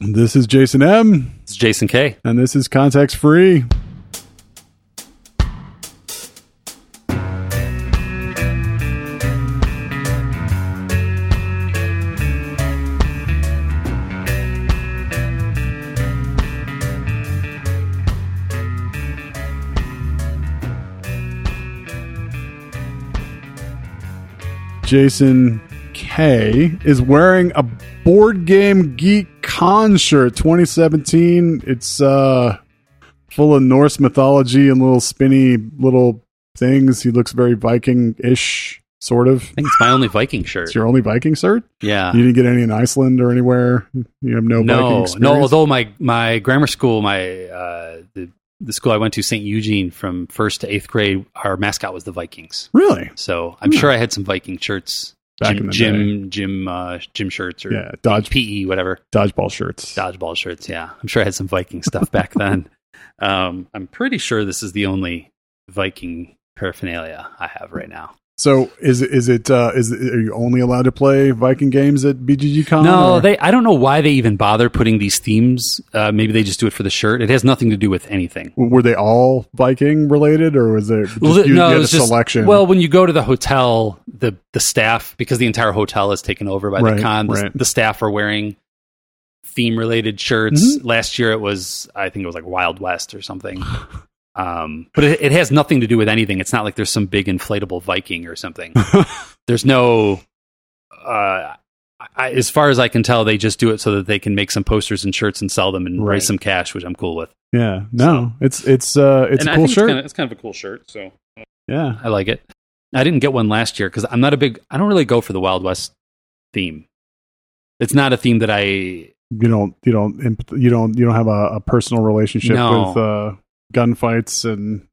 This is Jason M, It's Jason K. and this is Context Free. Jason K is wearing a board game geek con shirt 2017. It's uh full of Norse mythology and little spinny little things. He looks very Viking-ish, sort of. I think it's my only Viking shirt. It's your only Viking shirt? Yeah. You didn't get any in Iceland or anywhere. You have no, Viking no, experience. no. Although my my grammar school, my uh, the the school I went to, St. Eugene, from first to eighth grade, our mascot was the Vikings. really? So I'm sure I had some Viking shirts, Hmm. Back gym in the gym gym, uh, gym shirts or Yeah, dodge PE whatever dodgeball shirts. dodgeball shirts. Yeah, I'm sure I had some Viking stuff back then. Um, I'm pretty sure this is the only Viking paraphernalia I have right now. So is is it uh is are you only allowed to play Viking games at BGG Con? No, or- they. I don't know why they even bother putting these themes. Uh, maybe they just do it for the shirt. It has nothing to do with anything. were they all Viking related, or was it just, Well, you, you no, it had a was just- selection? Well, when you go to the hotel, the the staff because the entire hotel is taken over by Right, the con. The, right. the staff are wearing theme related shirts. Mm-hmm. Last year it was I think it was like Wild West or something. Um, but it, it has nothing to do with anything. It's not like there's some big inflatable Viking or something. there's no. Uh, I, as far as I can tell, they just do it so that they can make some posters and shirts and sell them and Right. raise some cash, which I'm cool with. yeah, no, it's it's uh it's And a I cool think shirt. It's kind, of, it's kind of a cool shirt. So yeah, I like it. I didn't get one last year because I'm not a big. I don't really go for the Wild West theme. It's not a theme that I. you don't you don't imp- you don't you don't have a, a personal relationship No. with uh gunfights and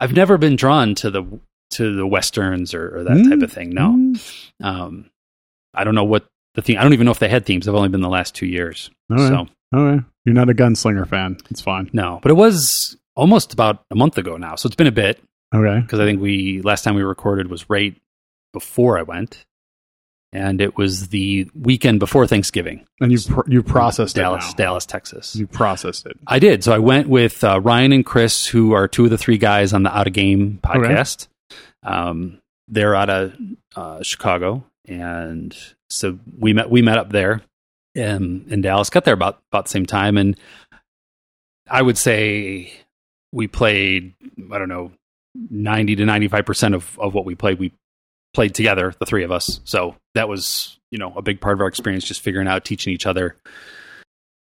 I've never been drawn to the to the westerns or, or that Hmm. type of thing. No, Mm, um, I don't know what the theme. I don't even know if they had themes. I've only been the last two years, all right, so all right. You're not a gunslinger fan. It's fine. no. But it was almost about a month ago now, so it's been a bit Okay. because I think we last time we recorded was right before I went, and it was the weekend before Thanksgiving. And you pr- you processed Dallas, it. now. Dallas, Texas. You processed it. I did. So I went with uh, Ryan and Chris, who are two of the three guys on the Out of Game podcast. Um, they're out of uh, Chicago, and so we met. We met up there um, in Dallas. Got there about about the same time, and I would say we played. I don't know, ninety to ninety five percent of of what we played. We played together, the three of us. So that was you know a big part of our experience, just figuring out, teaching each other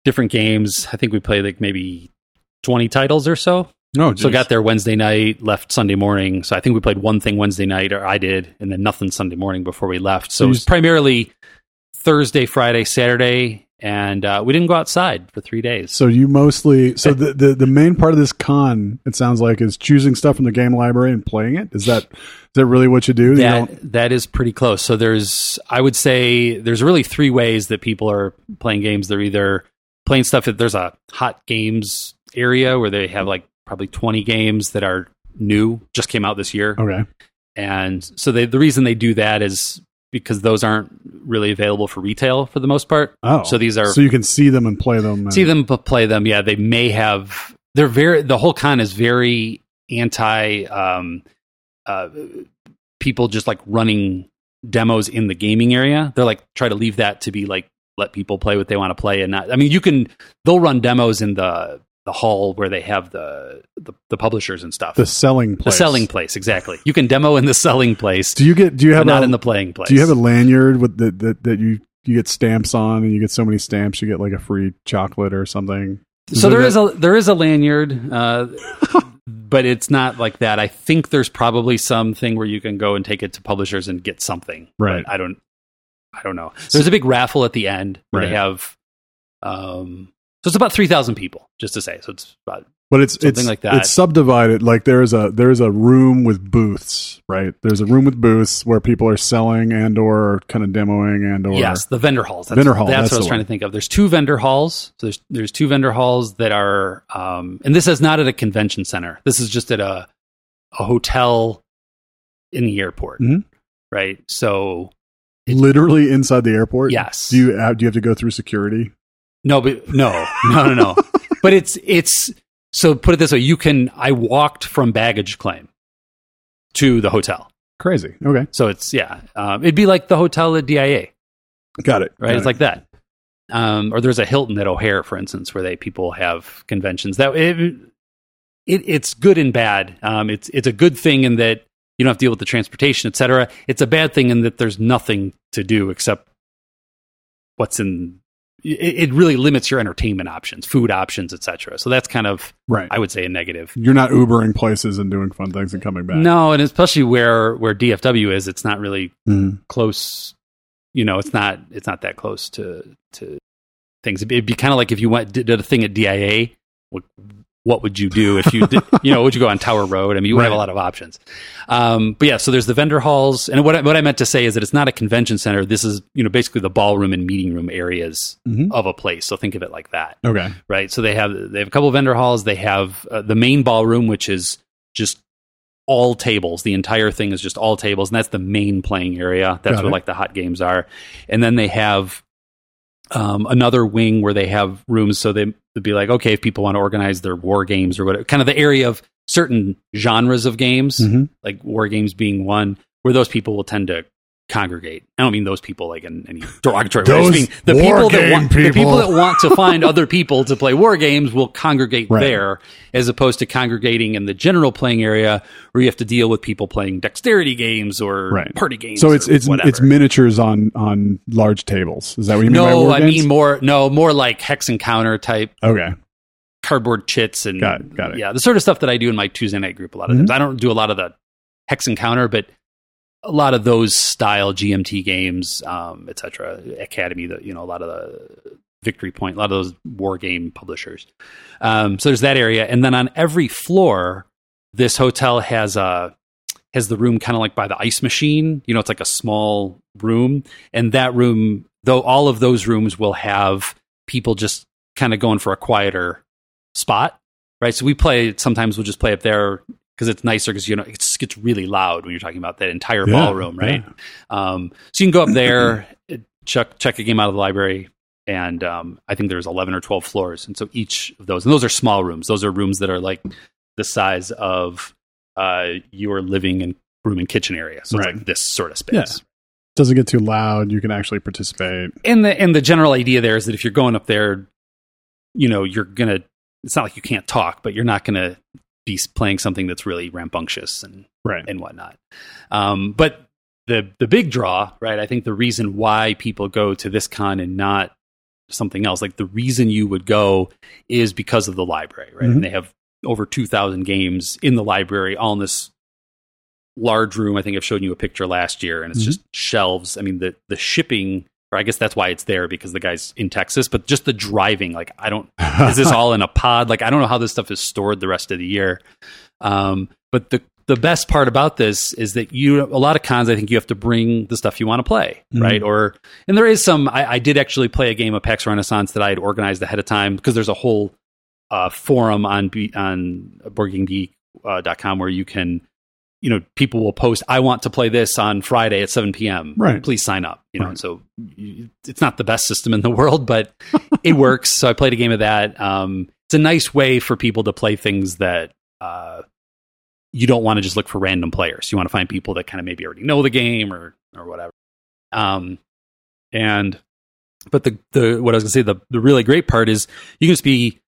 different games. I think we played like maybe 20 titles or so. No, So got there Wednesday night, left Sunday morning. So I think we played one thing Wednesday night, or I did, and then nothing Sunday morning before we left. So it was Jeez. primarily Thursday, Friday, Saturday, and uh, we didn't go outside for three days. So you mostly so the, the the main part of this con it sounds like is choosing stuff from the game library and playing it. Is that is that really what you do? You That don't- that is pretty close. So there's, I would say, there's really three ways that people are playing games. They're either playing stuff that there's a hot games area where they have like probably 20 games that are new, just came out this year. okay. and so they, the reason they do that is because those aren't really available for retail for the most part. Oh, So these are so you can see them and play them. And, see them p- play them. Yeah, they may have. They're very. The whole con is very anti um, uh, people just like running demos in the gaming area. They're like try to leave that to be like let people play what they want to play and not. I mean, you can. They'll run demos in the the hall where they have the the, the publishers and stuff. the selling the place. selling place, exactly. You can demo in the selling place Do you get? Do you have but not a, in the playing place. Do you have a lanyard with the, that that you you get stamps on and you get so many stamps you get like a free chocolate or something? so there is a there is a lanyard, uh, but it's not like that. I think there's probably something where you can go and take it to publishers and get something. Right. But I don't. I don't know. There's a big raffle at the end where they Right. have. Um, so it's about three thousand people, just to say. So it's about but it's something it's like that. it's subdivided. Like there is a there is a room with booths, right? There's a room with booths where people are selling and or kind of demoing and or yes, the vendor halls. That's, Vendor hall, That's, that's what I was the trying one. to think of. There's two vendor halls. So there's there's two vendor halls that are, um, and this is not at a convention center. This is just at a a hotel in the airport, Mhm. right? So literally inside the airport. yes, Do you have, do you have to go through security? No, but no, no, no, no. but it's it's so put it this way: you can. I walked from baggage claim to the hotel, Crazy. Okay. so it's yeah. Um, it'd be like the hotel at DIA, Got it. right? Got it's it. like that. Um, or there's a Hilton at O'Hare, for instance, where they people have conventions. That it, it it's good and bad. Um, it's it's a good thing in that you don't have to deal with the transportation, et cetera. It's a bad thing in that there's nothing to do except what's in. It, it really limits your entertainment options, food options, et cetera. So that's kind of right. I would say a negative. You're not Ubering places and doing fun things and coming back. No, and especially where where DFW is, it's not really Mm. close you know it's not it's not that close to to things it'd be, it'd be kind of like if you went did, did a thing at dia what, what would you do if you did you know would you go on tower road i mean you would have a Right. lot of options um but yeah so there's the vendor halls and what I, what I meant to say is that it's not a convention center this is you know basically the ballroom and meeting room areas Mhm. of a place so think of it like that Okay. right? So they have they have a couple vendor halls. They have uh, the main ballroom, which is just all tables. The entire thing is just all tables, and that's the main playing area. That's Got where it. like the hot games are. And then they have um, another wing where they have rooms, so they would be like, okay, if people want to organize their war games or whatever, kind of the area of certain genres of games, Mhm. like war games being one, where those people will tend to congregate. I don't mean those people like in any derogatory way. I Those just mean the war people that game want the people people. that want to find other people to play war games will congregate Right. there as opposed to congregating in the general playing area where you have to deal with people playing dexterity games or Right. party games. So it's or it's whatever. it's miniatures on on large tables. Is that what you mean by no, war I games? mean more no, more like hex encounter type okay. cardboard chits and Got it, got it. yeah, the sort of stuff that I do in my Tuesday night group a lot of Mhm. times. I don't do a lot of the hex encounter, but a lot of those style GMT games, um, etc. Academy, the you know a lot of the Victory Point, a lot of those war game publishers. Um, so there's that area, and then on every floor, this hotel has a has the room kind of like by the ice machine. You know, it's like a small room, and that room, though, all of those rooms will have people just kind of going for a quieter spot, right? So we play sometimes we'll just play up there because it's nicer because you know it just gets really loud when you're talking about that entire Yeah, ballroom, right? Um, so you can go up there, check check a game out of the library, and um, I think there's 11 or 12 floors, and so each of those, and those are small rooms. Those are rooms that are like the size of uh, your living and room and kitchen area. So it's Right. like this sort of space. Yeah. Doesn't get too loud. You can actually participate. And the and the general idea there is that if you're going up there, you know you're gonna. It's not like you can't talk, but you're not gonna be playing something that's really rambunctious and Right. and whatnot. Um, but the the big draw, right? I think the reason why people go to this con and not something else, like the reason you would go is because of the library, right? Mhm. And they have over two thousand games in the library, all in this large room. I think I've shown you a picture last year, and it's Mhm. just shelves. I mean, the the shipping. Or I guess that's why it's there because the guy's in Texas, but just the driving, like I don't is this all in a pod? Like I don't know how this stuff is stored the rest of the year. Um, but the the best part about this is that you a lot of cons. I think you have to bring the stuff you want to play, Mhm. right? Or and there is some. I, I did actually play a game of PAX Renaissance that I had organized ahead of time because there's a whole uh, forum on B, on BoardGameGeek.com where you can. You know, people will post, "I want to play this on Friday at 7 p.m. Right. Please sign up." You know, Right. so you- it's not the best system in the world, but it works. So I played a game of that. Um, it's a nice way for people to play things that uh, you don't want to just look for random players. You want to find people that kind of maybe already know the game or or whatever. Um, and but the the what I was gonna say the the really great part is you can just be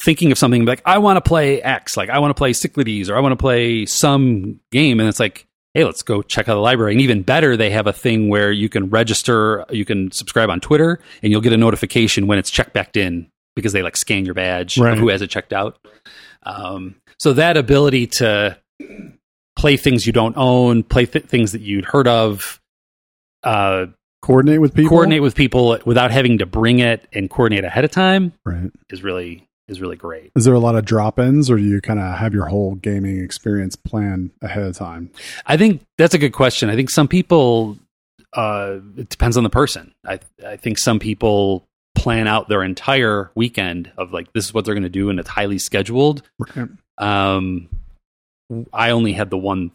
thinking of something like I want to play X, like I want to play Cyclades or I want to play some game, and it's like. Hey, let's go check out the library. And even better, they have a thing where you can register, you can subscribe on Twitter, and you'll get a notification when it's checked back in because they like scan your badge Right. of who has it checked out. Um, so that ability to play things you don't own, play th- things that you'd heard of, uh, coordinate with people. coordinate with people without having to bring it and coordinate ahead of time Right. is really is really great. Is there a lot of drop-ins, or do you kind of have your whole gaming experience planned ahead of time? I think that's a good question. I think some people uh, it depends on the person. I I think some people plan out their entire weekend of like this is what they're going to do and it's highly scheduled. Right. Um, I only had the one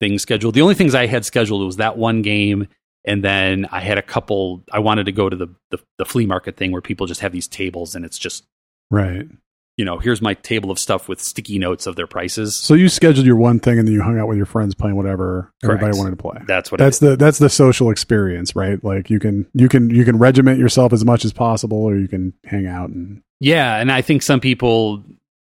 thing scheduled. The only things I had scheduled was that one game And then I had a couple. I wanted to go to the, the the flea market thing where people just have these tables and it's just Right. you know here's my table of stuff with sticky notes of their prices. So you scheduled your one thing and then you hung out with your friends playing whatever everybody Correct. wanted to play. That's what I That's the that's the social experience, right? Like you can you can you can regiment yourself as much as possible or you can hang out and Yeah, and I think some people,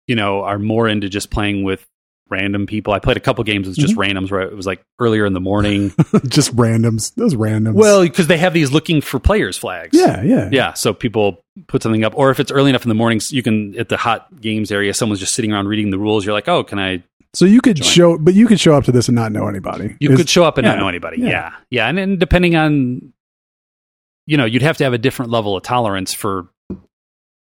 you know, are more into just playing with random people. I played a couple games with just Mm-hmm. randoms where it was like earlier in the morning. just randoms. Those randoms. well, because they have these looking for players flags. yeah, yeah. Yeah, so people put something up, or if it's early enough in the mornings, you can at the hot games area. Someone's just sitting around reading the rules. You're like, oh, can I? So you could Join. show but you could show up to this and not know anybody. You Is- could show up and yeah, not know anybody. yeah. Yeah, yeah, and then depending on, you know, you'd have to have a different level of tolerance for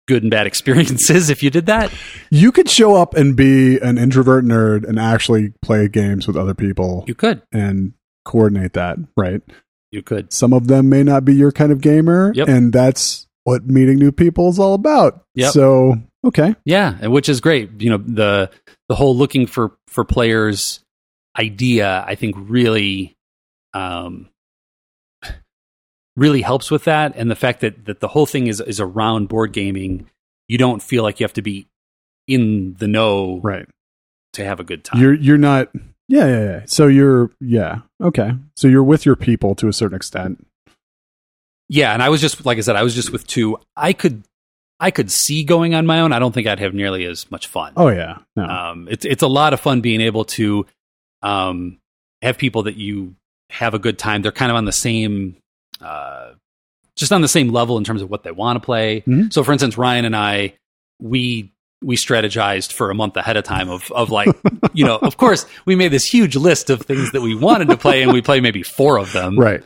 good and bad experiences if you did that. you could show up and be an introvert nerd and actually play games with other people You could. and coordinate that, right? You could. some of them may not be your kind of gamer Yep. and that's what meeting new people is all about Yep. so okay Yeah, and which is great. You know, the the whole looking for for players idea, I think, really, um, really helps with that. And the fact that that the whole thing is is around board gaming, you don't feel like you have to be in the know right to have a good time. you're you're not yeah yeah yeah so you're yeah okay so you're with your people to a certain extent yeah, and I was just like I said, I was just with two. I could, I could see going on my own. I don't think I'd have nearly as much fun. oh yeah no um, it's it's a lot of fun being able to um, have people that you have a good time. They're kind of on the same, uh, just on the same level in terms of what they want to play. Mhm. So, for instance, Ryan and I, we we strategized for a month ahead of time of of like you know of course we made this huge list of things that we wanted to play and we played maybe four of them right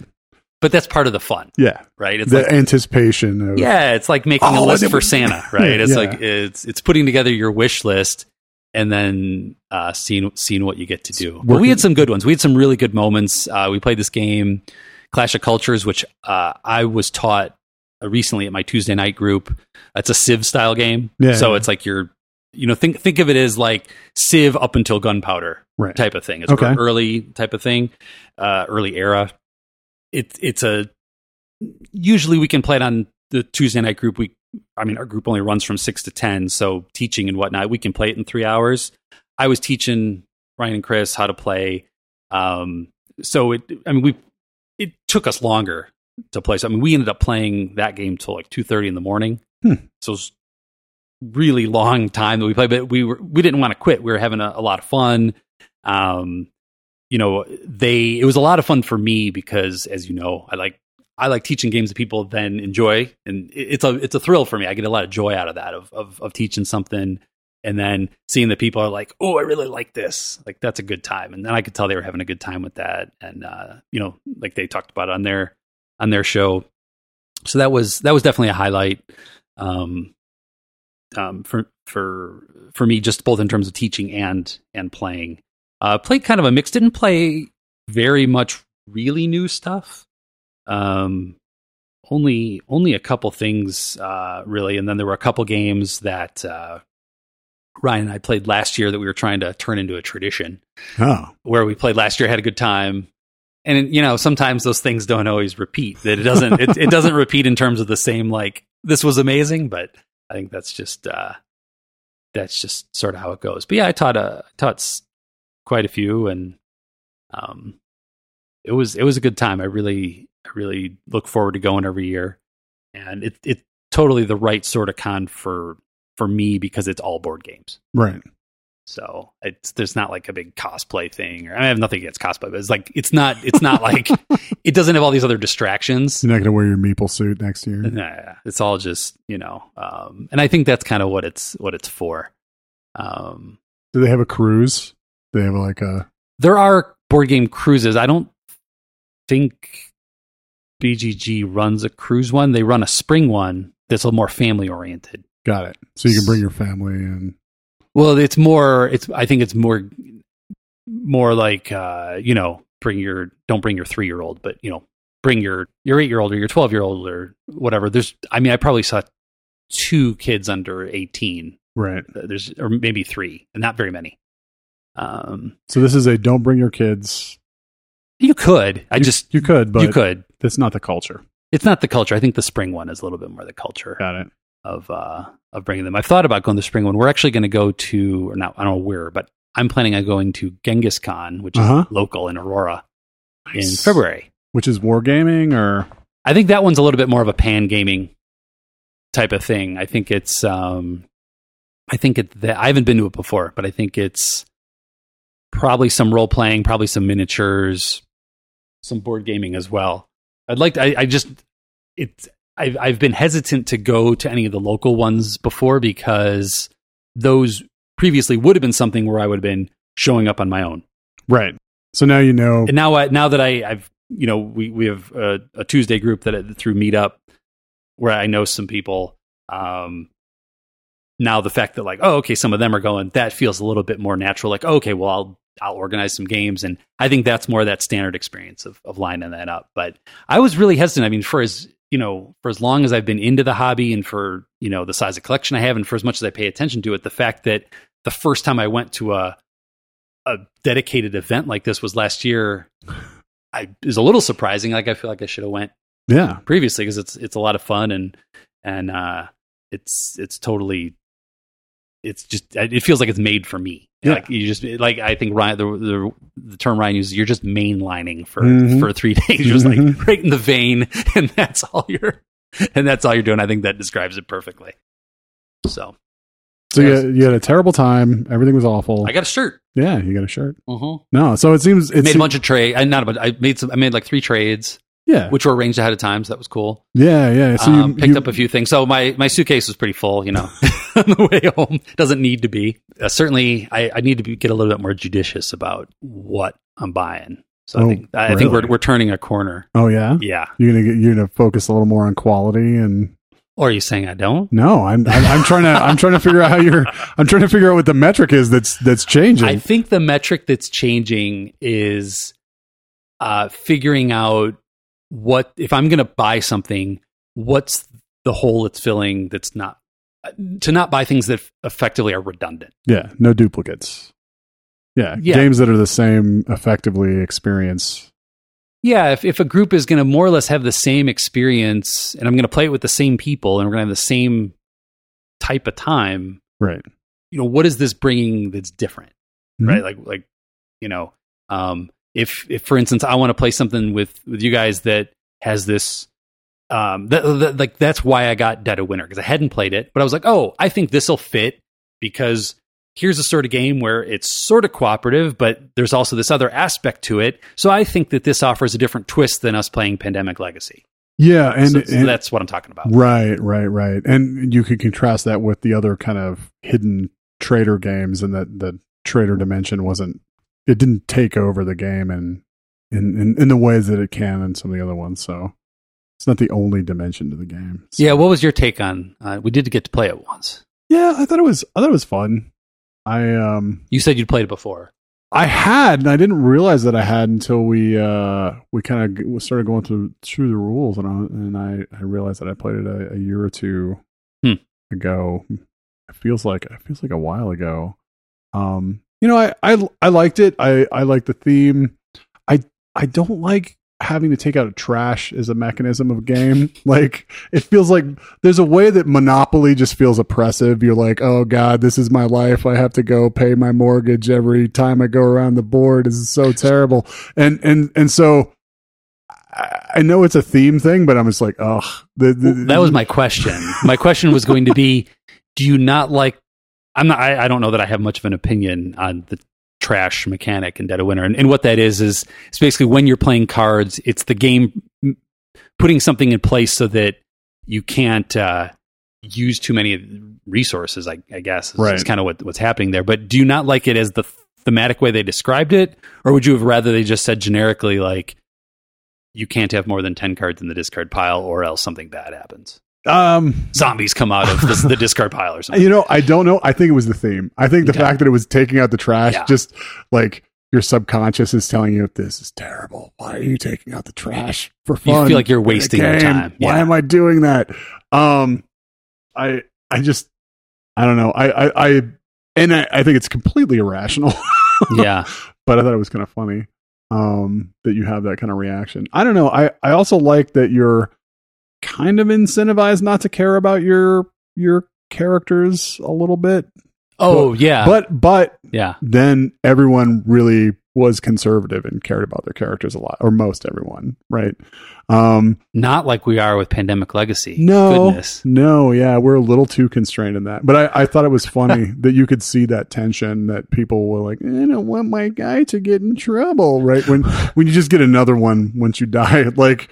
but that's part of the fun yeah right it's the like anticipation of yeah, it's like making Oh, a list that for would- Santa, right? It's Yeah. like it's it's putting together your wish list and then uh, seeing seeing what you get to do. But we working- had some good ones. We had some really good moments. Uh, we played this game, Clash of Cultures, which uh, I was taught uh, recently at my Tuesday night group. It's a Civ style game, Yeah. so it's like you're you know think think of it as like Civ up until Gunpowder, right type of thing. It's Okay. early type of thing, uh, early era. It's it's a usually we can play it on the Tuesday night group. We I mean our group only runs from six to ten, so teaching and whatnot, we can play it in three hours. I was teaching Ryan and Chris how to play. Um, so it I mean we it took us longer to play. So I mean we ended up playing that game till like two thirty in the morning. Hmm. So it was really long time that we played, but we were we didn't want to quit. We were having a, a lot of fun um you know they it was a lot of fun for me because as you know i like i like teaching games that people then enjoy and it- it's a it's a thrill for me i get a lot of joy out of that of of, of teaching something and then seeing that people are like oh i really like this like that's a good time and then i could tell they were having a good time with that and uh you know like they talked about it on their on their show so that was that was definitely a highlight um um for for for me just both in terms of teaching and and playing uh, played kind of a mix. Didn't play very much really new stuff. Um, only only a couple things uh, really, and then there were a couple games that uh, Ryan and I played last year that we were trying to turn into a tradition. oh Where we played last year, had a good time, and you know sometimes those things don't always repeat. That it doesn't it, it doesn't repeat in terms of the same like this was amazing, but I think that's just uh, that's just sort of how it goes. But yeah, I taught a taught s- quite a few, and um, it was it was a good time. I really I really look forward to going every year, and it it totally the right sort of con for for me because it's all board games. right So it's there's not like a big cosplay thing, or I, mean, I have nothing against cosplay, but it's like it's not it's not like it doesn't have all these other distractions. you're not gonna wear your meeple suit next year Nah, it's all just you know, um, and I think that's kind of what it's what it's for. Um, do they have a cruise they have like a there are board game cruises. I don't think BGG runs a cruise one. They run a spring one that's a little more family oriented. got it so you can bring your family and Well, it's more. It's I think it's more more like uh, you know, bring your don't bring your three year old, but you know, bring your your eight year old or your twelve year old or whatever. There's I mean, I probably saw two kids under eighteen. Uh, right There's or maybe three, and not very many. Um, so this is a don't bring your kids You could. I You- just you could, but you could. that's not the culture. It's not the culture. I think the spring one is a little bit more the culture Got it. of uh, of bringing them. I've thought about going to the spring one. We're actually going to go to, or not, I don't know where, but I'm planning on going to Genghis Khan, which Uh-huh. is local in Aurora, in Nice. February. which is wargaming or I think that one's a little bit more of a pan gaming type of thing. I think it's, um, I think it. That, I haven't been to it before, but I think it's probably some role playing, probably some miniatures, some board gaming as well. I'd like. To, I, I just it's. I've I've been hesitant to go to any of the local ones before because those previously would have been something where I would have been showing up on my own. right. So now you know. And now, I, now that I, I've, you know, we we have a, a Tuesday group that I- through Meetup where I know some people. Um, now the fact that like, oh, okay, some of them are going, that feels a little bit more natural. Like, okay, well, I'll I'll organize some games, and I think that's more that standard experience of of lining that up. But I was really hesitant. I mean, for as you know, for as long as I've been into the hobby, and for you know the size of collection I have, and for as much as I pay attention to it, the fact that the first time I went to a a dedicated event like this was last year I is a little surprising. Like I feel like I should have went yeah, previously because it's it's a lot of fun and and uh, it's it's totally it's just it feels like it's made for me. Yeah. Like you just like I think Ryan the the, the term Ryan uses you're just mainlining for Mhm. for three days. You're just Mhm. like right in the vein, and that's all you're and that's all you're doing. I think that describes it perfectly. So so you, you had a terrible time. Everything was awful. I got a shirt. yeah, you got a shirt. Uh-huh. No, so it seems it's Made a bunch of trade. I not a bunch. I made some. I made like three trades, yeah, which were arranged ahead of time. So that was cool. yeah, yeah. So um, you picked you- up a few things. So my, my suitcase was pretty full, you know, on the way home. Doesn't need to be. Uh, certainly, I, I need to be, get a little bit more judicious about what I'm buying. So Oh, I think I, I think we're really? we're turning a corner. Oh yeah, Yeah. you're gonna get, you're gonna focus a little more on quality and Or are you saying I don't? no, I'm I'm, I'm trying to I'm trying to figure out how you're I'm trying to figure out what the metric is that's that's changing. I think the metric that's changing is uh, figuring out what if I'm going to buy something, what's the hole it's filling that's not uh, to not buy things that effectively are redundant. yeah, no duplicates. Yeah, Yeah. games that are the same effectively experience. Yeah, if, if a group is going to more or less have the same experience and I'm going to play it with the same people and we're going to have the same type of time, Right. you know, what is this bringing that's different? Mhm. Right? Like like you know, um if if for instance I want to play something with with you guys that has this um that, that like that's why I got Dead of Winter cuz I hadn't played it, but I was like, "Oh, I think this will fit because here's a sort of game where it's sort of cooperative, but there's also this other aspect to it. So I think that this offers a different twist than us playing Pandemic Legacy. Yeah, and, so, so and that's what I'm talking about. Right, right, right. And you could contrast that with the other kind of hidden trader games and that the trader dimension wasn't it didn't take over the game and in, in in the ways that it can in some of the other ones, so it's not the only dimension to the game. So- Yeah, what was your take on? Uh, we did get to play it once. Yeah, I thought it was I thought it was fun. I um You said you'd played it before. I had, and I didn't realize that I had until we uh, we kind of started going through through the rules, and I, and I, I realized that I played it a, a year or two Hmm. ago. It feels like it feels like a while ago. Um, you know, I, I I liked it. I I like the theme. I I don't like having to take out trash as a mechanism of a game. like it feels like there's a way that monopoly just feels oppressive you're like oh god this is my life i have to go pay my mortgage every time i go around the board this is so terrible and and and so i, I know it's a theme thing but i'm just like ugh The- the- That was my question. My question was going to be: Do you not like? I'm not. I, I don't know that I have much of an opinion on the trash mechanic in Dead of Winter, and, and what that is is it's basically when you're playing cards, it's the game m- putting something in place so that you can't uh, use too many resources. I, I guess is, Right. is kind of what, what's happening there. But do you not like it as the thematic way they described it, or would you have rather they just said generically like? You can't have more than ten cards in the discard pile, or else something bad happens um zombies come out of the, the discard pile or something. you know i don't know i think it was the theme i think the Okay. fact that it was taking out the trash Yeah. just like your subconscious is telling you this is terrible. Why are you taking out the trash for You fun? feel like you're in a wasting your game? time. Why Yeah. am I doing that? Um, I I just I don't know. I I, I and I, I think it's completely irrational, yeah. but I thought it was kind of funny. um, that you have that kind of reaction. I don't know. I, I also like that you're kind of incentivized not to care about your your characters a little bit. Oh yeah, But but yeah. then everyone really was conservative and cared about their characters a lot, or most everyone, right? Um, Not like we are with Pandemic Legacy. no, goodness. no, yeah, we're a little too constrained in that. But I, I thought it was funny that you could see that tension that people were like, I don't want my guy to get in trouble, right? When when you just get another one once you die, like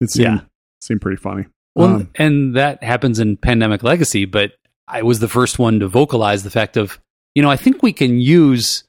it seemed Yeah. seemed pretty funny. Well, Um, and that happens in Pandemic Legacy, but I was the first one to vocalize the fact of, you know, I think we can use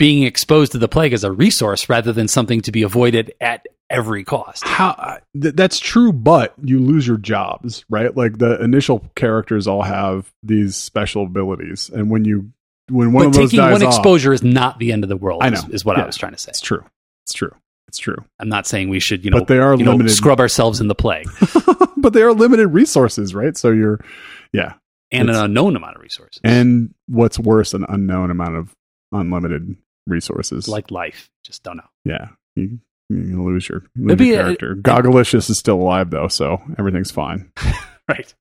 being exposed to the plague as a resource rather than something to be avoided at every cost. how uh, th- that's true but you lose your jobs right like the initial characters all have these special abilities and when you when one but of those taking dies one off- exposure is not the end of the world. I is- know. Is, what Yeah. I was trying to say. it's true it's true it's true I'm not saying we should, you know, but they are you know limited scrub ourselves in the plague but they are limited resources right so you're yeah and an It's- unknown amount of resources, and what's worse an unknown amount of unlimited resources like life. Just don't know. yeah you, you're gonna lose your, lose Maybe your it- character gogolicious is still alive though so everything's fine right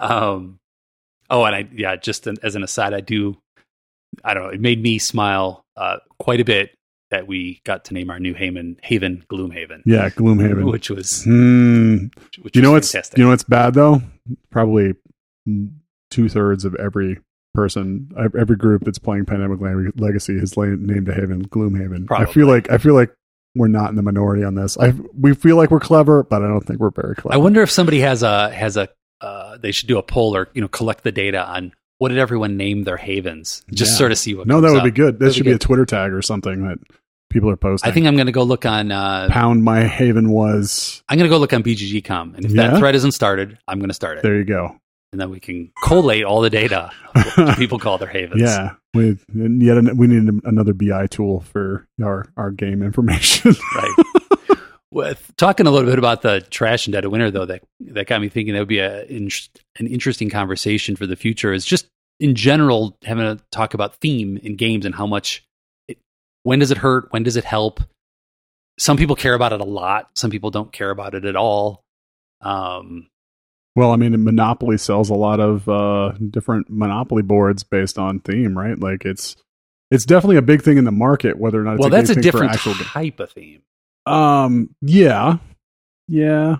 um oh and i yeah just an, as an aside i do i don't know it made me smile uh quite a bit that we got to name our new haven haven gloomhaven yeah gloomhaven which was hmm which you know was what's fantastic you know what's bad though? Probably two thirds of every person, ev- every group that's playing Pandemic Le- Legacy has la- named a haven Gloomhaven. I Probably. feel like I feel like we're not in the minority on this. I we feel like we're clever, but I don't think we're very i clever. wonder if somebody has a has a uh they should do a poll or you know collect the data on what did everyone name their havens just Yeah. sort of see what no, that comes would up. be good. That That'd should be be a Twitter tag or something that people are posting. i think i'm gonna go look on uh pound my haven was. i'm gonna go look on bggcom and if Yeah? that thread isn't started i'm gonna start it There you go. and then we can collate all the data people call their havens yeah, we and yet an, we need an- another BI tool for our our game information. right. With talking a little bit about the trash and dead of winter, though, that that got me thinking that would be a in- an interesting conversation for the future. Is just in general having a talk about theme in games and how much, it, when does it hurt? When does it help? Some people care about it a lot. Some people don't care about it at all. Um, Well, I mean, Monopoly sells a lot of uh, different Monopoly boards based on theme, right? Like it's it's definitely a big thing in the market, whether or not it's well, a that's a big thing different for actual. ga- type of theme. Um, yeah, yeah,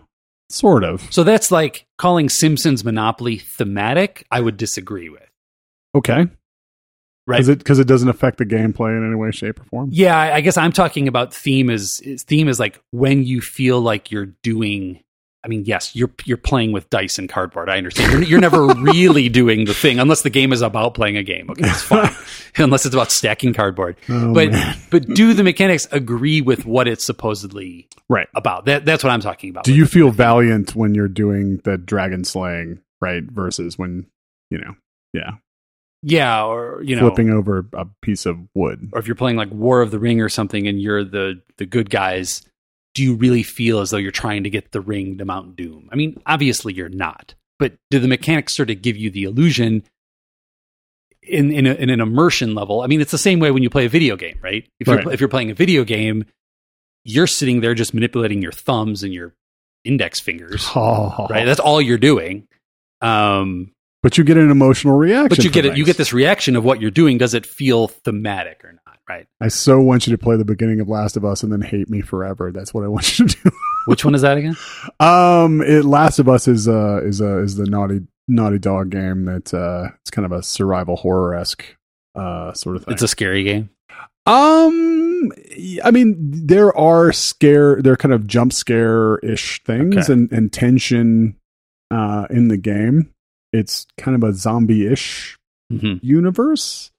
sort of. So that's like calling Simpsons Monopoly thematic. I would disagree with. Okay, Right. Because it, 'cause it doesn't affect the gameplay in any way, shape, or form. Yeah, I I guess I'm talking about theme is, is theme is like when you feel like you're doing. I mean, yes, you're you're playing with dice and cardboard. I understand. You're, you're never really doing the thing unless the game is about playing a game. Okay, it's fine. unless it's about stacking cardboard. Oh, but man. but do the mechanics agree with what it's supposedly right, about? That that's what I'm talking about. do you feel valiant when you're doing the dragon slaying, right? Versus when you know, yeah, or you know, flipping over a piece of wood. or if you're playing like War of the Ring or something, and you're the the good guys. Do you really feel as though you're trying to get the ring to Mount Doom? I mean, obviously you're not, but do the mechanics sort of give you the illusion in in, a, in an immersion level? I mean, it's the same way when you play a video game, right? If you're Right. pl- if you're playing a video game, you're sitting there just manipulating your thumbs and your index fingers, right? That's all you're doing. Um, But you get an emotional reaction. but you from get it. You things. get this reaction of what you're doing. Does it feel thematic or not? Right? I so want you to play the beginning of Last of Us and then hate me forever. That's what I want you to do. Which one is that again? Um, it Last of Us is uh is uh, is the naughty naughty dog game that uh it's kind of a survival horror esque uh sort of thing. It's a scary game. um, I mean, there are scare, there are kind of jump scare ish things Okay. and and tension uh in the game. It's kind of a zombie ish Mm-hmm. universe.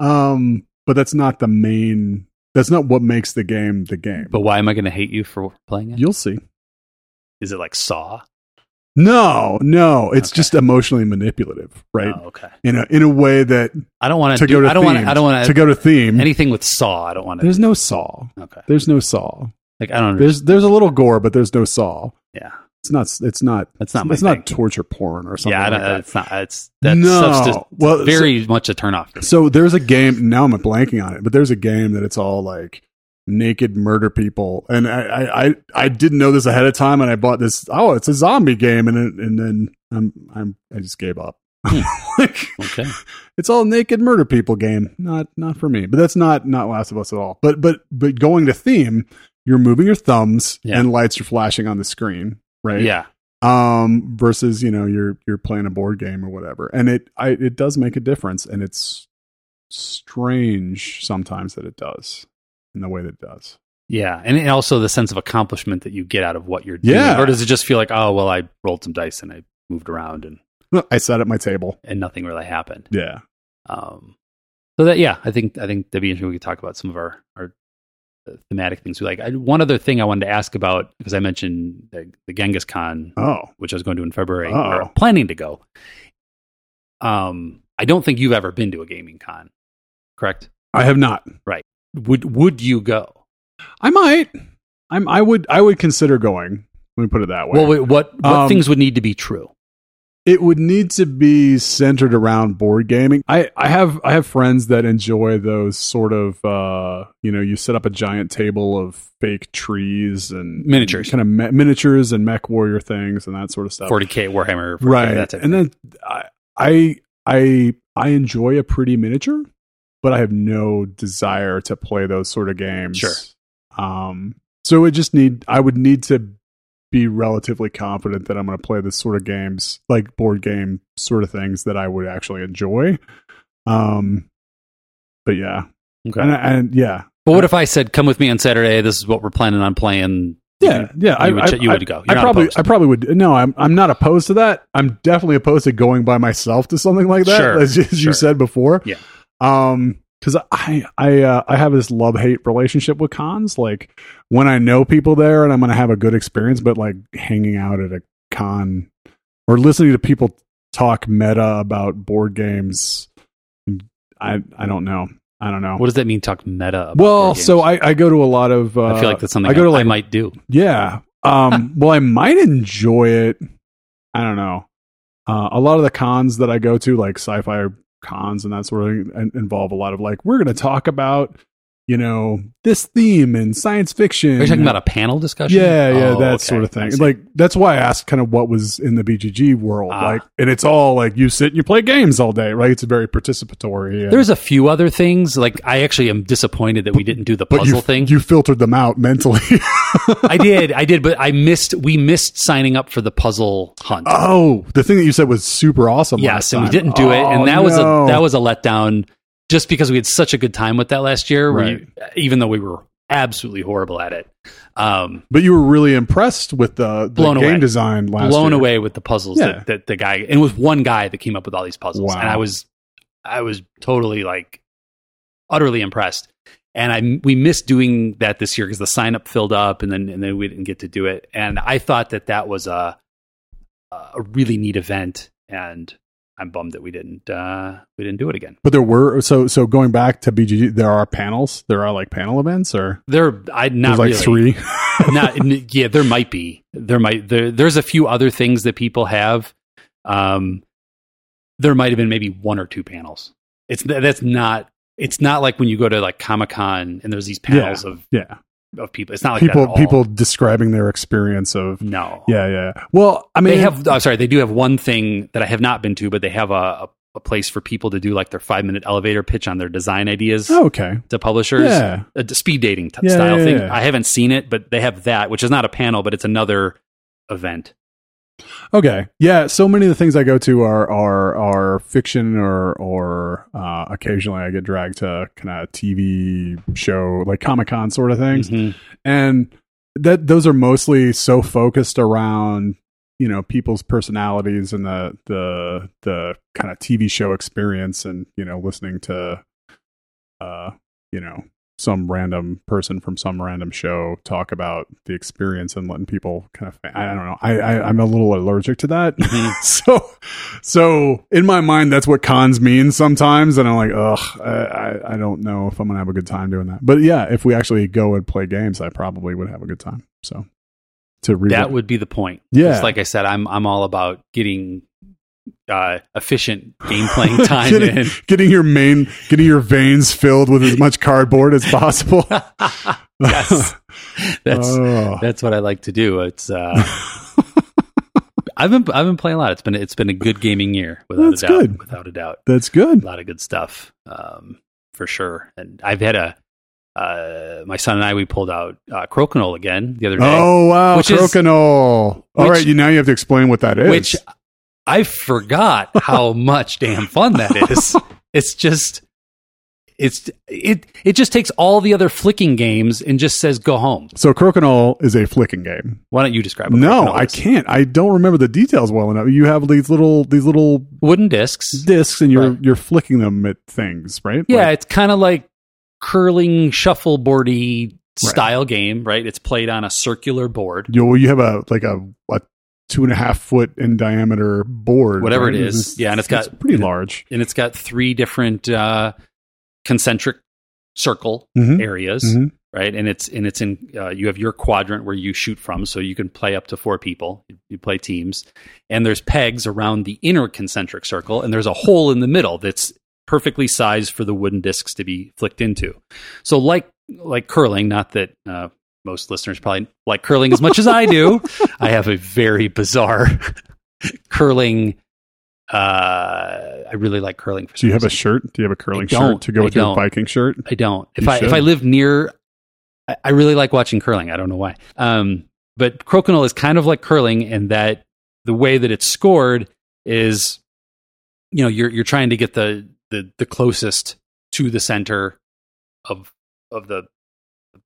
Um, but that's not the main. That's not what makes the game the game. But why am I going to hate you for playing it? Is You'll see. it like Saw? No, no, it's Okay. just emotionally manipulative, right? Oh, okay. In a in a way that I don't want to go do. to I don't want. themes- I don't want to go to theme. anything with Saw. I don't want to. there's no saw. Okay. There's no saw. Like I don't. Under, There's there's a little gore, but there's no saw. yeah. It's not. It's not. That's not my. It's thing. not torture porn or something. Yeah. I like don't, that. It's not. It's that's No. substance- Well, very much a turnoff. So there's a game now I'm blanking on it, but there's a game that it's all like naked murder people. And I, I, I, I didn't know this ahead of time, and I bought this. Oh, it's a zombie game, and it, and then I'm I'm I just gave up. Hmm. like, Okay. it's all naked murder people game. Not not for me. But that's not not Last of Us at all. But but but going to theme, you're moving your thumbs Yeah. and lights are flashing on the screen, right? Yeah. Um versus, you know, you're you're playing a board game or whatever. And it I it does make a difference and it's strange sometimes that it does in the way that it does. Yeah. And and also the sense of accomplishment that you get out of what you're doing. Yeah. Or does it just feel like, oh, well, I rolled some dice and I moved around and, I sat at my table. and nothing really happened? Yeah. Um, so that, yeah, I think, I think that'd be interesting. We could talk about some of our, our uh, thematic things. We like I, one other thing I wanted to ask about, because I mentioned the, the Genghis Khan Oh. which I was going to in February, Oh. or planning to go. Um, I don't think you've ever been to a gaming con, correct? I have not. Would Would you go? I might. I'm I would I would consider going. Let me put it that way. Well, wait, what what Um, things would need to be true? it would need to be centered around board gaming. I, I have I have friends that enjoy those sort of uh, you know you set up a giant table of fake trees and Miniatures. kind of me- miniatures and mech warrior things and that sort of stuff. Forty K Warhammer, 40K, right? That type and of then I, I I I enjoy a pretty miniature, but I have no desire to play those sort of games. Sure. Um. So it just need I would need to be relatively confident that I'm going to play this sort of games, like board game sort of things that I would actually enjoy. Um. But yeah, thing. Okay. and, and yeah, but what if I said, "Come with me on Saturday. This is what we're planning on playing." yeah, yeah. you would ch- you would go. You're I not probably, opposed. I probably would. No, I'm, I'm not opposed to that. I'm definitely opposed to going by myself to something like that, Sure, as, you- as you sure. said before. Yeah. Um, because I, I, uh, I have this love hate relationship with cons. Like when I know people there and I'm going to have a good experience, but like hanging out at a con or listening to people talk meta about board games, I, I don't know. I don't know. What does that mean? Talk meta. About well, board games? so I, I go to a lot of. Uh, I feel like that's something I I, go to, I like, might do. yeah. Um, well, I might enjoy it. I don't know. Uh, a lot of the cons that I go to, like sci-fi cons and that sort of thing, in- involve a lot of like we're going to talk about, you know, this theme in science fiction. Are you talking about a panel discussion? mm-hmm. yeah, yeah, Oh, that okay. sort of I thing. see. Like that's why I asked kind of what was in the BGG world, Ah. like, and it's all like you sit and you play games all day, right? It's very participatory. and- there's a few other things. Like I actually am disappointed that we didn't do the but puzzle you, thing. you filtered them out mentally. I did, I did, but I missed. We missed signing up for the puzzle hunt. oh, the thing that you said was super awesome. yes, last and we time. didn't do it, Oh, and that was no. a that was a letdown. Just because we had such a good time with that last year, where you- even though we were absolutely horrible at it, um, But you were really impressed with the, the Blown game away. design last blown year. away with the puzzles Yeah. that, that the guy and it was one guy that came up with all these puzzles, Wow. and I was I was totally like utterly impressed. And I we missed doing that this year because the sign up filled up, and then and then we didn't get to do it. And I thought that that was a a really neat event, and I'm bummed that we didn't uh, we didn't do it again. But there were so so going back to BGG, there are panels. There are like panel events, or There, I not there's like really. three. not n- yeah there might be there might there there's a few other things that people have um there might have been maybe one or two panels it's th- that's not it's not like when you go to like comic-con and there's these panels of yeah, of people it's not like that at people all. people describing their experience of no yeah yeah. Well, I mean, they have i'm sorry they do have one thing that i have not been to but they have a, a a place for people to do like their five minute elevator pitch on their design ideas oh, okay, to publishers yeah, a d- speed dating t- Yeah, style yeah, thing. yeah. I haven't seen it, but they have that, which is not a panel, but it's another event. okay, yeah. So many of the things I go to are are are fiction, or or uh, occasionally I get dragged to kind of TV show like Comic Con sort of things. Mhm. and that those are mostly so focused around you know people's personalities and the the the kind of TV show experience and you know listening to uh you know some random person from some random show talk about the experience and letting people kind of I don't know I, I I'm a little allergic to that Mhm. so so in my mind that's what cons mean sometimes and i'm like ugh I, I- I don't know if i'm gonna have a good time doing that but yeah if we actually go and play games i probably would have a good time so to re- That would be the point. Yeah. Just like I said, I'm I'm all about getting uh, efficient game playing time getting, in. getting your main, getting your veins filled with as much cardboard as possible. yes, that's Oh. that's what I like to do. It's uh, I've been I've been playing a lot. It's been it's been a good gaming year without That's a doubt. good. Without a doubt, That's a good. lot of good stuff um, for sure. And I've had a uh, my son and I we pulled out uh, Crokinole again the other day. Oh wow, Which is- crokinole. All which- right, you now you have to explain what that is. which I forgot how much damn fun that is. It's just it's it it just takes all the other flicking games and just says go home. so crokinole is a flicking game. Why don't you describe it? No, I can't. I don't remember the details well enough. You have these little these little Wooden discs. discs, and you're Right. you're flicking them at things, right? Yeah, Like- it's kind of like curling shuffleboardy style game, right? It's played on a circular board. you you have a like a, a two and a half foot in diameter board, Whatever right? Mm-hmm. it is. Yeah, and it's got- pretty it- large. and it's got three different uh, concentric circle Mhm. areas, Mhm. right? And it's and it's in uh, you have your quadrant where you shoot from, so you can play up to four people. You play teams, and there's pegs around the inner concentric circle, and there's a hole in the middle that's perfectly sized for the wooden discs to be flicked into. So like like curling, not that. Uh, most listeners probably like curling as much as I do. I have a very bizarre curling. Uh, I really like curling. For So you some have a reason. shirt? Do you have a curling shirt don't. to go I with your don't. Viking shirt? I don't. If You I should. if I live near, I, I really like watching curling. I don't know why. Um, but crokinole is kind of like curling in that the way that it's scored is, you know, you're you're trying to get the the the closest to the center of of the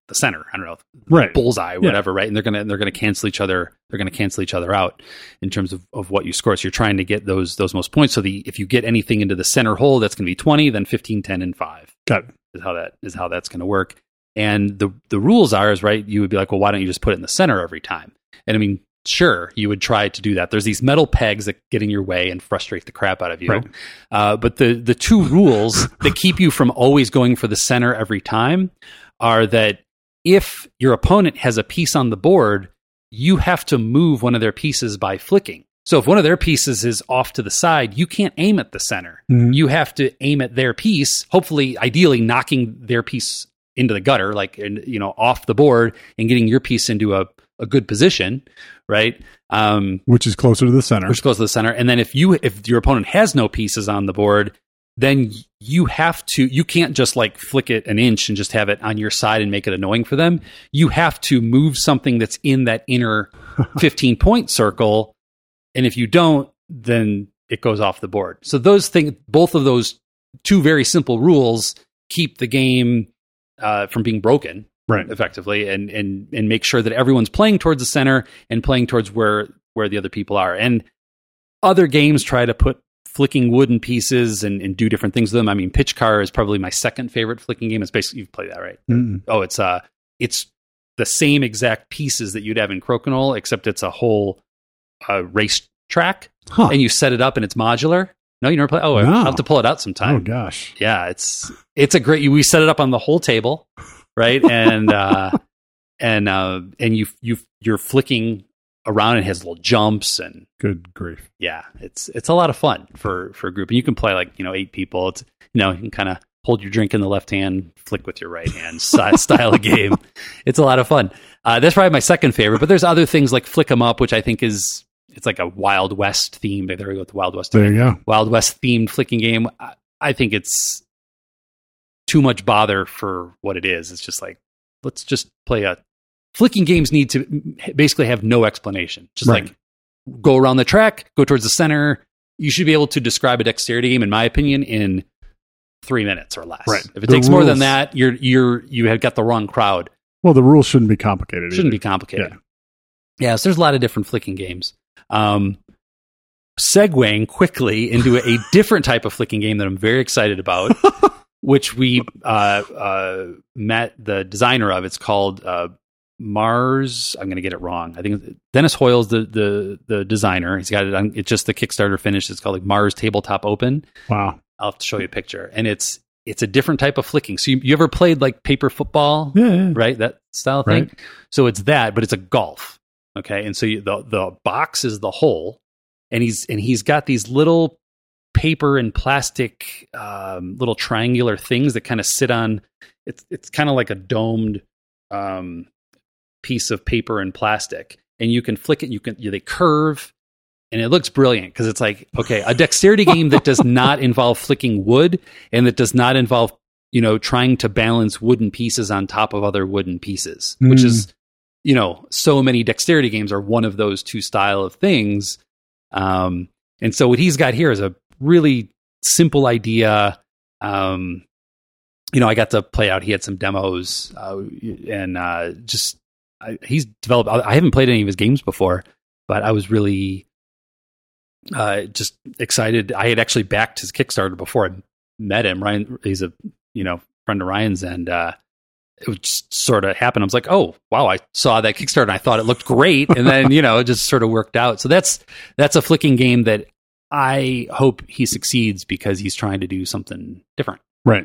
the center. I don't know Right. bullseye, whatever, right? And they're gonna they're gonna cancel each other. They're gonna cancel each other out in terms of, of what you score. So you're trying to get those those most points. So the if you get anything into the center hole, that's gonna be twenty, then 15, 10, and five. Got it. Is how that is how that's gonna work. And the the rules are is right. You would be like, well, why don't you just put it in the center every time? And I mean, sure, you would try to do that. There's these metal pegs that get in your way and frustrate the crap out of you. Right. Uh, but the the two rules that keep you from always going for the center every time are that if your opponent has a piece on the board, you have to move one of their pieces by flicking. So if one of their pieces is off to the side, you can't aim at the center. Mhm. You have to aim at their piece, hopefully ideally knocking their piece into the gutter like and you know off the board and getting your piece into a a good position, right? Um Which is closer to the center. which goes to the center. And then if you if your opponent has no pieces on the board, then y- you have to you can't just like flick it an inch and just have it on your side and make it annoying for them. You have to move something that's in that inner 15 point circle and if you don't then it goes off the board. So those things both of those two very simple rules keep the game uh, from being broken right. effectively and and and make sure that everyone's playing towards the center and playing towards where where the other people are and other games try to put flicking wooden pieces and, and do different things with them i mean pitch car is probably my second favorite flicking game it's basically you've played that right Mm-mm. oh it's uh it's the same exact pieces that you'd have in crokinole except it's a whole uh, race track Huh. and you set it up and it's modular no you never play oh No. i'll have to pull it out sometime oh gosh. yeah, it's it's a great. We set it up on the whole table, right? And uh, and uh, and you you you're flicking around and it has little jumps and Good grief. yeah, it's it's a lot of fun for for a group. And you can play like you know eight people. It's you know you can kind of hold your drink in the left hand, flick with your right hand si- style of game. It's a lot of fun. Uh, that's probably my second favorite. But there's other things like flick 'em up, which I think is it's like a Wild West theme. There we go with the Wild West. There you go. Wild West themed flicking game. I, I think it's too much bother for what it is. It's just like let's just play a flicking games need to mm, basically have no explanation. Just Right. like go around the track, go towards the center. You should be able to describe a dexterity game, in my opinion, in three minutes or less. Right. If it The takes more than rules- that, you're you're you have got the wrong crowd. Well, the rules shouldn't be complicated. It shouldn't either. be complicated. Yeah. so there's a lot of different flicking games. Um, segueing quickly into a different type of flicking game that I'm very excited about, which we uh, uh, met the designer of. It's called uh, Mars. I'm going to get it wrong. I think Dennis Hoyle's the the the designer. He's got it. on It's just the Kickstarter finish. It's called like Mars Tabletop Open. Wow. I'll have to show you a picture, and it's it's a different type of flicking. So you, you ever played like paper football? Yeah. yeah. right? That style of thing. So it's that, but it's a golf. Okay, and so you, the the box is the hole, and he's and he's got these little paper and plastic um, little triangular things that kind of sit on. It's it's kind of like a domed um, piece of paper and plastic, and you can flick it. You can they curve, and it looks brilliant because it's like okay, a dexterity game that does not involve flicking wood and that does not involve you know trying to balance wooden pieces on top of other wooden pieces, which Mm. is you know so many dexterity games are one of those two style of things. Um, and so what he's got here is a really simple idea. Um, you know, I got to play out. He had some demos, uh, and uh, just I, he's developed. I I haven't played any of his games before, but I was really uh, just excited. I had actually backed his Kickstarter before I met him. Ryan, he's a you know friend of Ryan's, and uh, it was just sort of happened. I was like, oh wow, I saw that Kickstarter, and I thought it looked great, and then you know it just sort of worked out. So that's that's a flicking game that I hope he succeeds because he's trying to do something different. Right.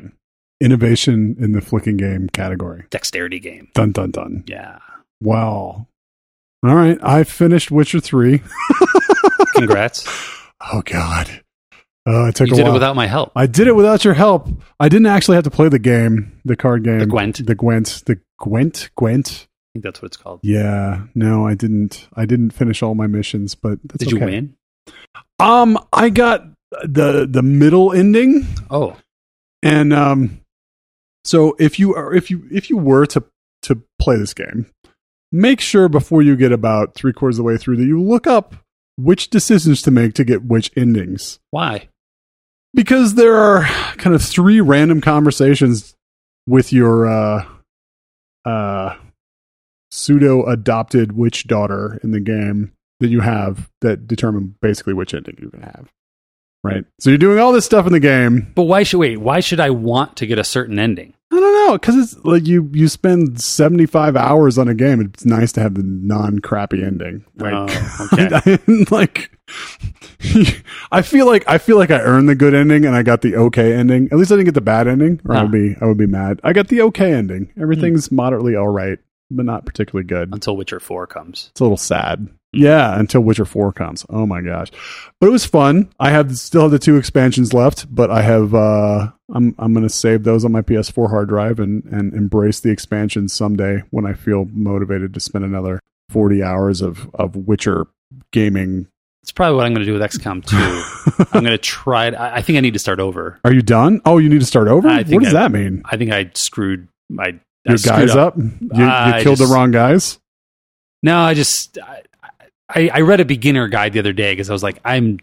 Innovation in the flicking game category. Dexterity game. Dun dun dun. Yeah. Wow. All right. I finished Witcher three. Congrats. Oh God. Uh, it took you a did while. it without my help. I did it without your help. I didn't actually have to play the game, the card game, The Gwent. the Gwent, the Gwent, Gwent. I think that's what it's called. Yeah, no, I didn't. I didn't finish all my missions, but that's Did you okay. win? Um, I got the the middle ending, Oh, and um, so if you are if you if you were to to play this game, make sure before you get about three quarters of the way through that you look up which decisions to make to get which endings. why? because there are kind of three random conversations with your uh uh pseudo adopted witch daughter in the game that you have that determine basically which ending you're going to have right so you're doing all this stuff in the game But why should wait? Why should I want to get a certain ending? i don't know because it's like you you spend 75 hours on a game it's nice to have the non-crappy ending like Oh, okay. like I feel like I feel like I earned the good ending and I got the okay ending. At least I didn't get the bad ending, or I would Ah. Hmm. be I would be mad. I got the okay ending. Everything's moderately all right, but not particularly good. Until Witcher Four comes. It's a little sad. Yeah, until Witcher 4 comes. Oh my gosh. But it was fun. I have still have the two expansions left, but I have uh I'm I'm going to save those on my PS4 hard drive and and embrace the expansion someday when I feel motivated to spend another 40 hours of of Witcher gaming. It's probably what I'm going to do with XCOM Two. I'm going to try. It. I, I think I need to start over. Are you done? Oh, you need to start over? I What think does I- that mean? I think I screwed my I Your screwed guys up? You, I you killed just- the wrong guys? No, I just I, I, I read a beginner guide the other day because I was like, I'm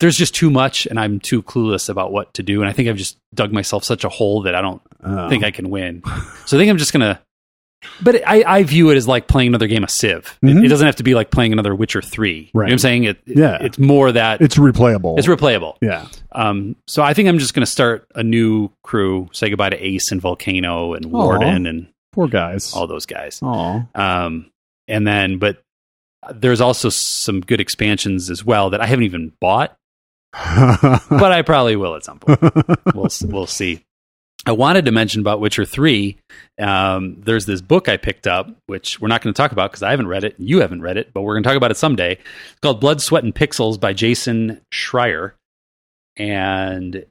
there's just too much and I'm too clueless about what to do, and I think I've just dug myself such a hole that I don't Oh. think I can win. So I think I'm just gonna. But I, I view it as like playing another game of Civ. It- It, Mhm. doesn't have to be like playing another Witcher Three. You know what Right. I'm saying? It, it- Yeah. It's more that it's replayable. it's replayable. yeah. Um, so I think I'm just gonna start a new crew. Say goodbye to Ace and Volcano Oh. and Warden and Poor guys. all those guys. Aw. Um, and then, but there's also some good expansions as well that I haven't even bought, but I probably will at some point. we'll we'll see. I wanted to mention about Witcher Three. Um, there's this book I picked up, which we're not going to talk about because I haven't read it, and you haven't read it, but we're going to talk about it someday. It's called Blood, Sweat, and Pixels by Jason Schreier, and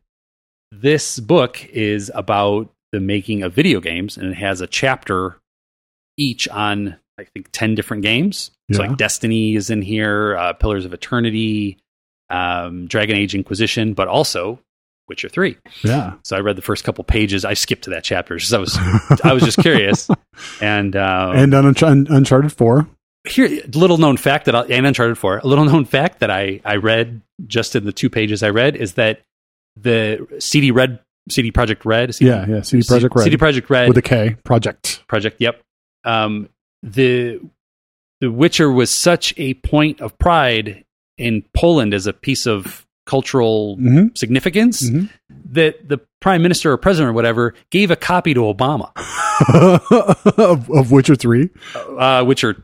this book is about the making of video games, and it has a chapter each on I think ten different games. So Yeah. like Destiny is in here, uh, Pillars of Eternity, um, Dragon Age Inquisition, but also Witcher Three. yeah. So I read the first couple pages. I skipped to that chapter because I was I was just curious. And, um, and on Unch- Un- Uncharted Four. here, little known fact that I, and Uncharted Four, a little known fact that I I read just in the two pages I read is that the CD Red CD Project Red CD, Yeah, yeah. CD Project Red CD Project Red with a K project. project. Yep. Um, the The Witcher was such a point of pride in Poland as a piece of cultural Mm-hmm. significance Mhm. that the prime minister or president or whatever gave a copy to Obama, Mm-hmm. of, of Witcher Three. uh, Witcher.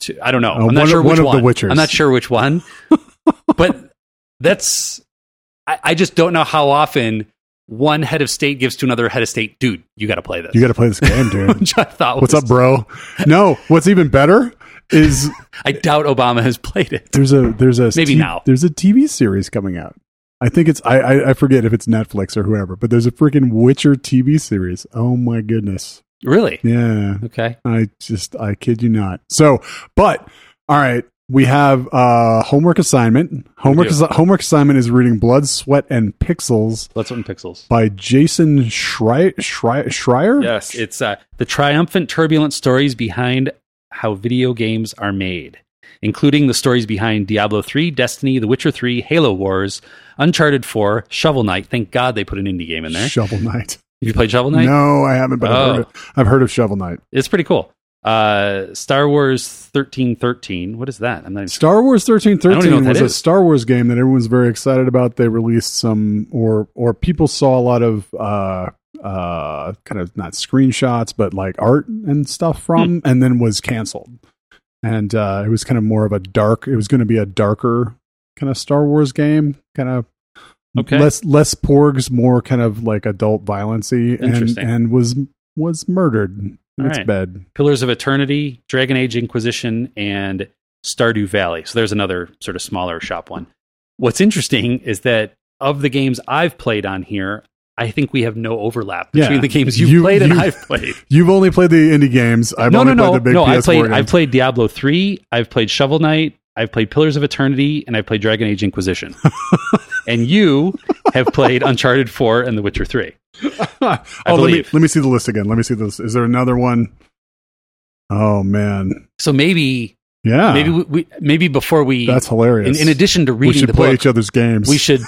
Two, I don't know. Uh, I'm not one of- sure which one of the Witchers. I'm not sure which one, but that's. I, I just don't know how often one head of state gives to another head of state. Dude, you got to play this. You got to play this game, dude. Which I thought What's was up, bro? No, what's even better is I doubt Obama has played it. there's a there's a t- Maybe now. there's a TV series coming out. I think it's I, I I forget if it's Netflix or whoever, but there's a freaking Witcher TV series. Oh my goodness. Really? Yeah. Okay. I just I kid you not. So, but all right, we have uh homework assignment. Homework do. assi- homework assignment is reading Blood, Sweat and Pixels Let's open pixels. by Jason Schreier Schreier, Schreier? Yes, it's uh, the triumphant, turbulent stories behind how video games are made, including the stories behind Diablo 3, Destiny, The Witcher 3, Halo Wars, Uncharted 4, Shovel Knight. Thank God they put an indie game in there. Have Shovel Knight. you played Shovel Knight? No, I haven't, but I've, Oh. heard of, I've heard of Shovel Knight. It's pretty cool. Uh, Star Wars 1313. What is that? I'm not even Star Wars thirteen don't even know thirteen what was that a is. Star Wars game that everyone's very excited about. They released some, or or people saw a lot of uh uh kind of not screenshots, but like art and Hmm. stuff from, and then was canceled. And uh it was kind of more of a dark. It was going to be a darker kind of Star Wars game, kind of Okay. less less porgs, more kind of like adult violency, and Interesting. and was was murdered in All its right. bed. Pillars of Eternity, Dragon Age Inquisition, and Stardew Valley. So there's another sort of smaller shop one. What's interesting is that of the games I've played on here, I think we have no overlap between Yeah. the games you've You- played and you- I've played. You've only played the indie games. I've no, only no, played no, the big no. PS4 I played. games. I played Diablo three. I've played Shovel Knight. I've played Pillars of Eternity, and I've played Dragon Age Inquisition. and you have played Uncharted four and The Witcher three. oh, let me believe. let me see the list again. Let me see this. Is there another one? Oh man, So maybe, yeah, maybe we, we, maybe before we, that's in, hilarious. in addition to we reading should the play book, each other's games. we should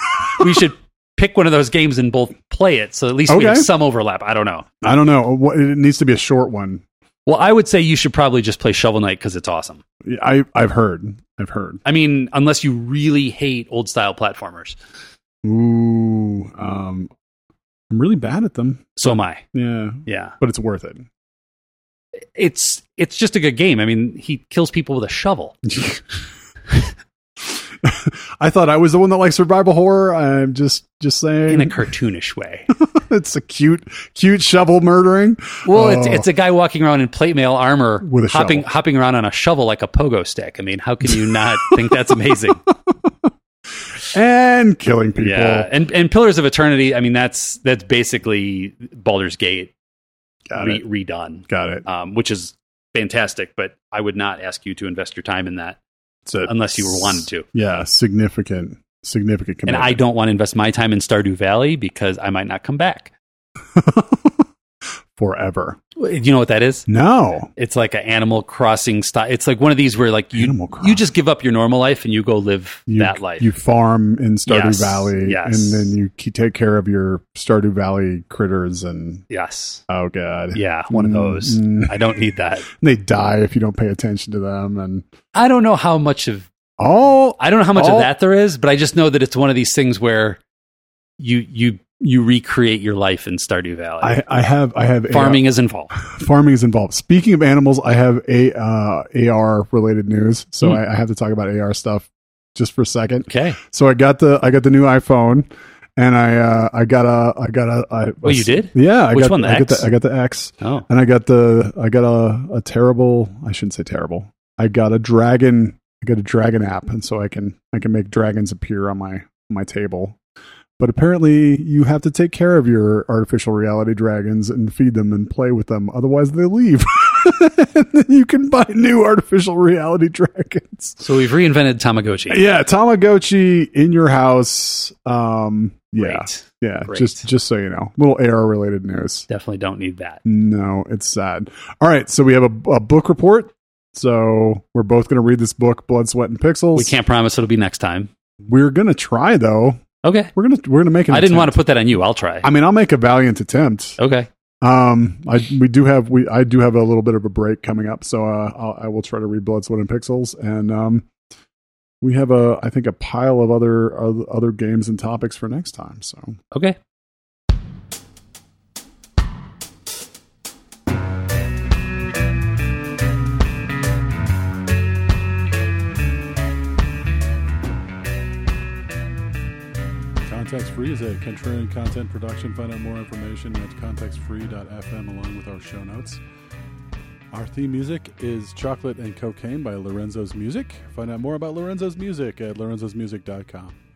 we should pick one of those games and both play it so at least we have Okay. some overlap i don't know I don't know. What- It needs to be a short one. well i would say you should probably just play shovel knight because it's awesome I I've heard. I've heard. i mean unless you really hate old style platformers Ooh, um, I'm really bad at them. so am i Yeah, yeah but it's worth it. it's it's just a good game i mean he kills people with a shovel I thought I was the one that likes survival horror. I'm just just in a saying. cartoonish way it's a cute cute shovel murdering. well it's Oh. it's a guy walking around in plate mail armor With a hopping shovel. hopping around on a shovel like a pogo stick i mean how can you not think that's amazing and killing people. yeah and and pillars of eternity i mean that's that's basically baldur's gate Got re- it. redone, Got it. um, which is fantastic. But I would not ask you to invest your time in that It's a- unless you were wanted to. Yeah, significant, significant. And Commitment. I don't want to invest my time in Stardew Valley because I might not come back. forever. Do you know what that is? No, It's like an Animal Crossing style. It's like one of these where like you Animal you Crossing. just give up your normal life and you go live You- that life. you farm in Stardew Yes, Valley, yes. and then you ke- take care of your Stardew Valley critters, and yes, oh god, yeah, one of Mm, those. mm. I don't need that. they die if you don't pay attention to them, and I don't know how much of all. I don't know how much All- of that there is, but I just know that it's one of these things where you you you recreate your life in Stardew Valley. I, I have I have Farming is involved. AR farming is involved. Speaking of animals, I have a uh, AR related news, so Mm. I, I have to talk about AR stuff just for a second. Okay. So I got the I got the new iPhone, and I uh, I got a I got a I Well, Oh, you did? yeah I Which got one, the I got X? the I got the X Oh, and I got the I got a a terrible I shouldn't say terrible I got a dragon I got a dragon app and so I can I can make dragons appear on my my table. But apparently, you have to take care of your artificial reality dragons and feed them and play with them. Otherwise, they leave. and then you can buy new artificial reality dragons. so we've reinvented Tamagotchi. Yeah, Tamagotchi in your house. Um, yeah, Great. yeah. Great. Just just so you know, little AR related news. Definitely don't need that. No, it's sad. All right, so we have a, a book report. So we're both going to read this book, Blood, Sweat, and Pixels. We can't promise it'll be next time. We're going to try though. Okay. We're gonna we're gonna make an. I didn't want to put that on you. I'll try. I mean, I'll make a valiant attempt. okay. Um, I we do have we I do have a little bit of a break coming up, so uh, I'll, I will try to read Blood, Sweat, and Pixels, and um, we have a I think a pile of other other- other games and topics for next time. So Okay. Context Free is a contrarian content production. Find out more information at contextfree.fm along with our show notes. Our theme music is Chocolate and Cocaine by Lorenzo's Music. Find out more about Lorenzo's Music at lorenzosmusic.com.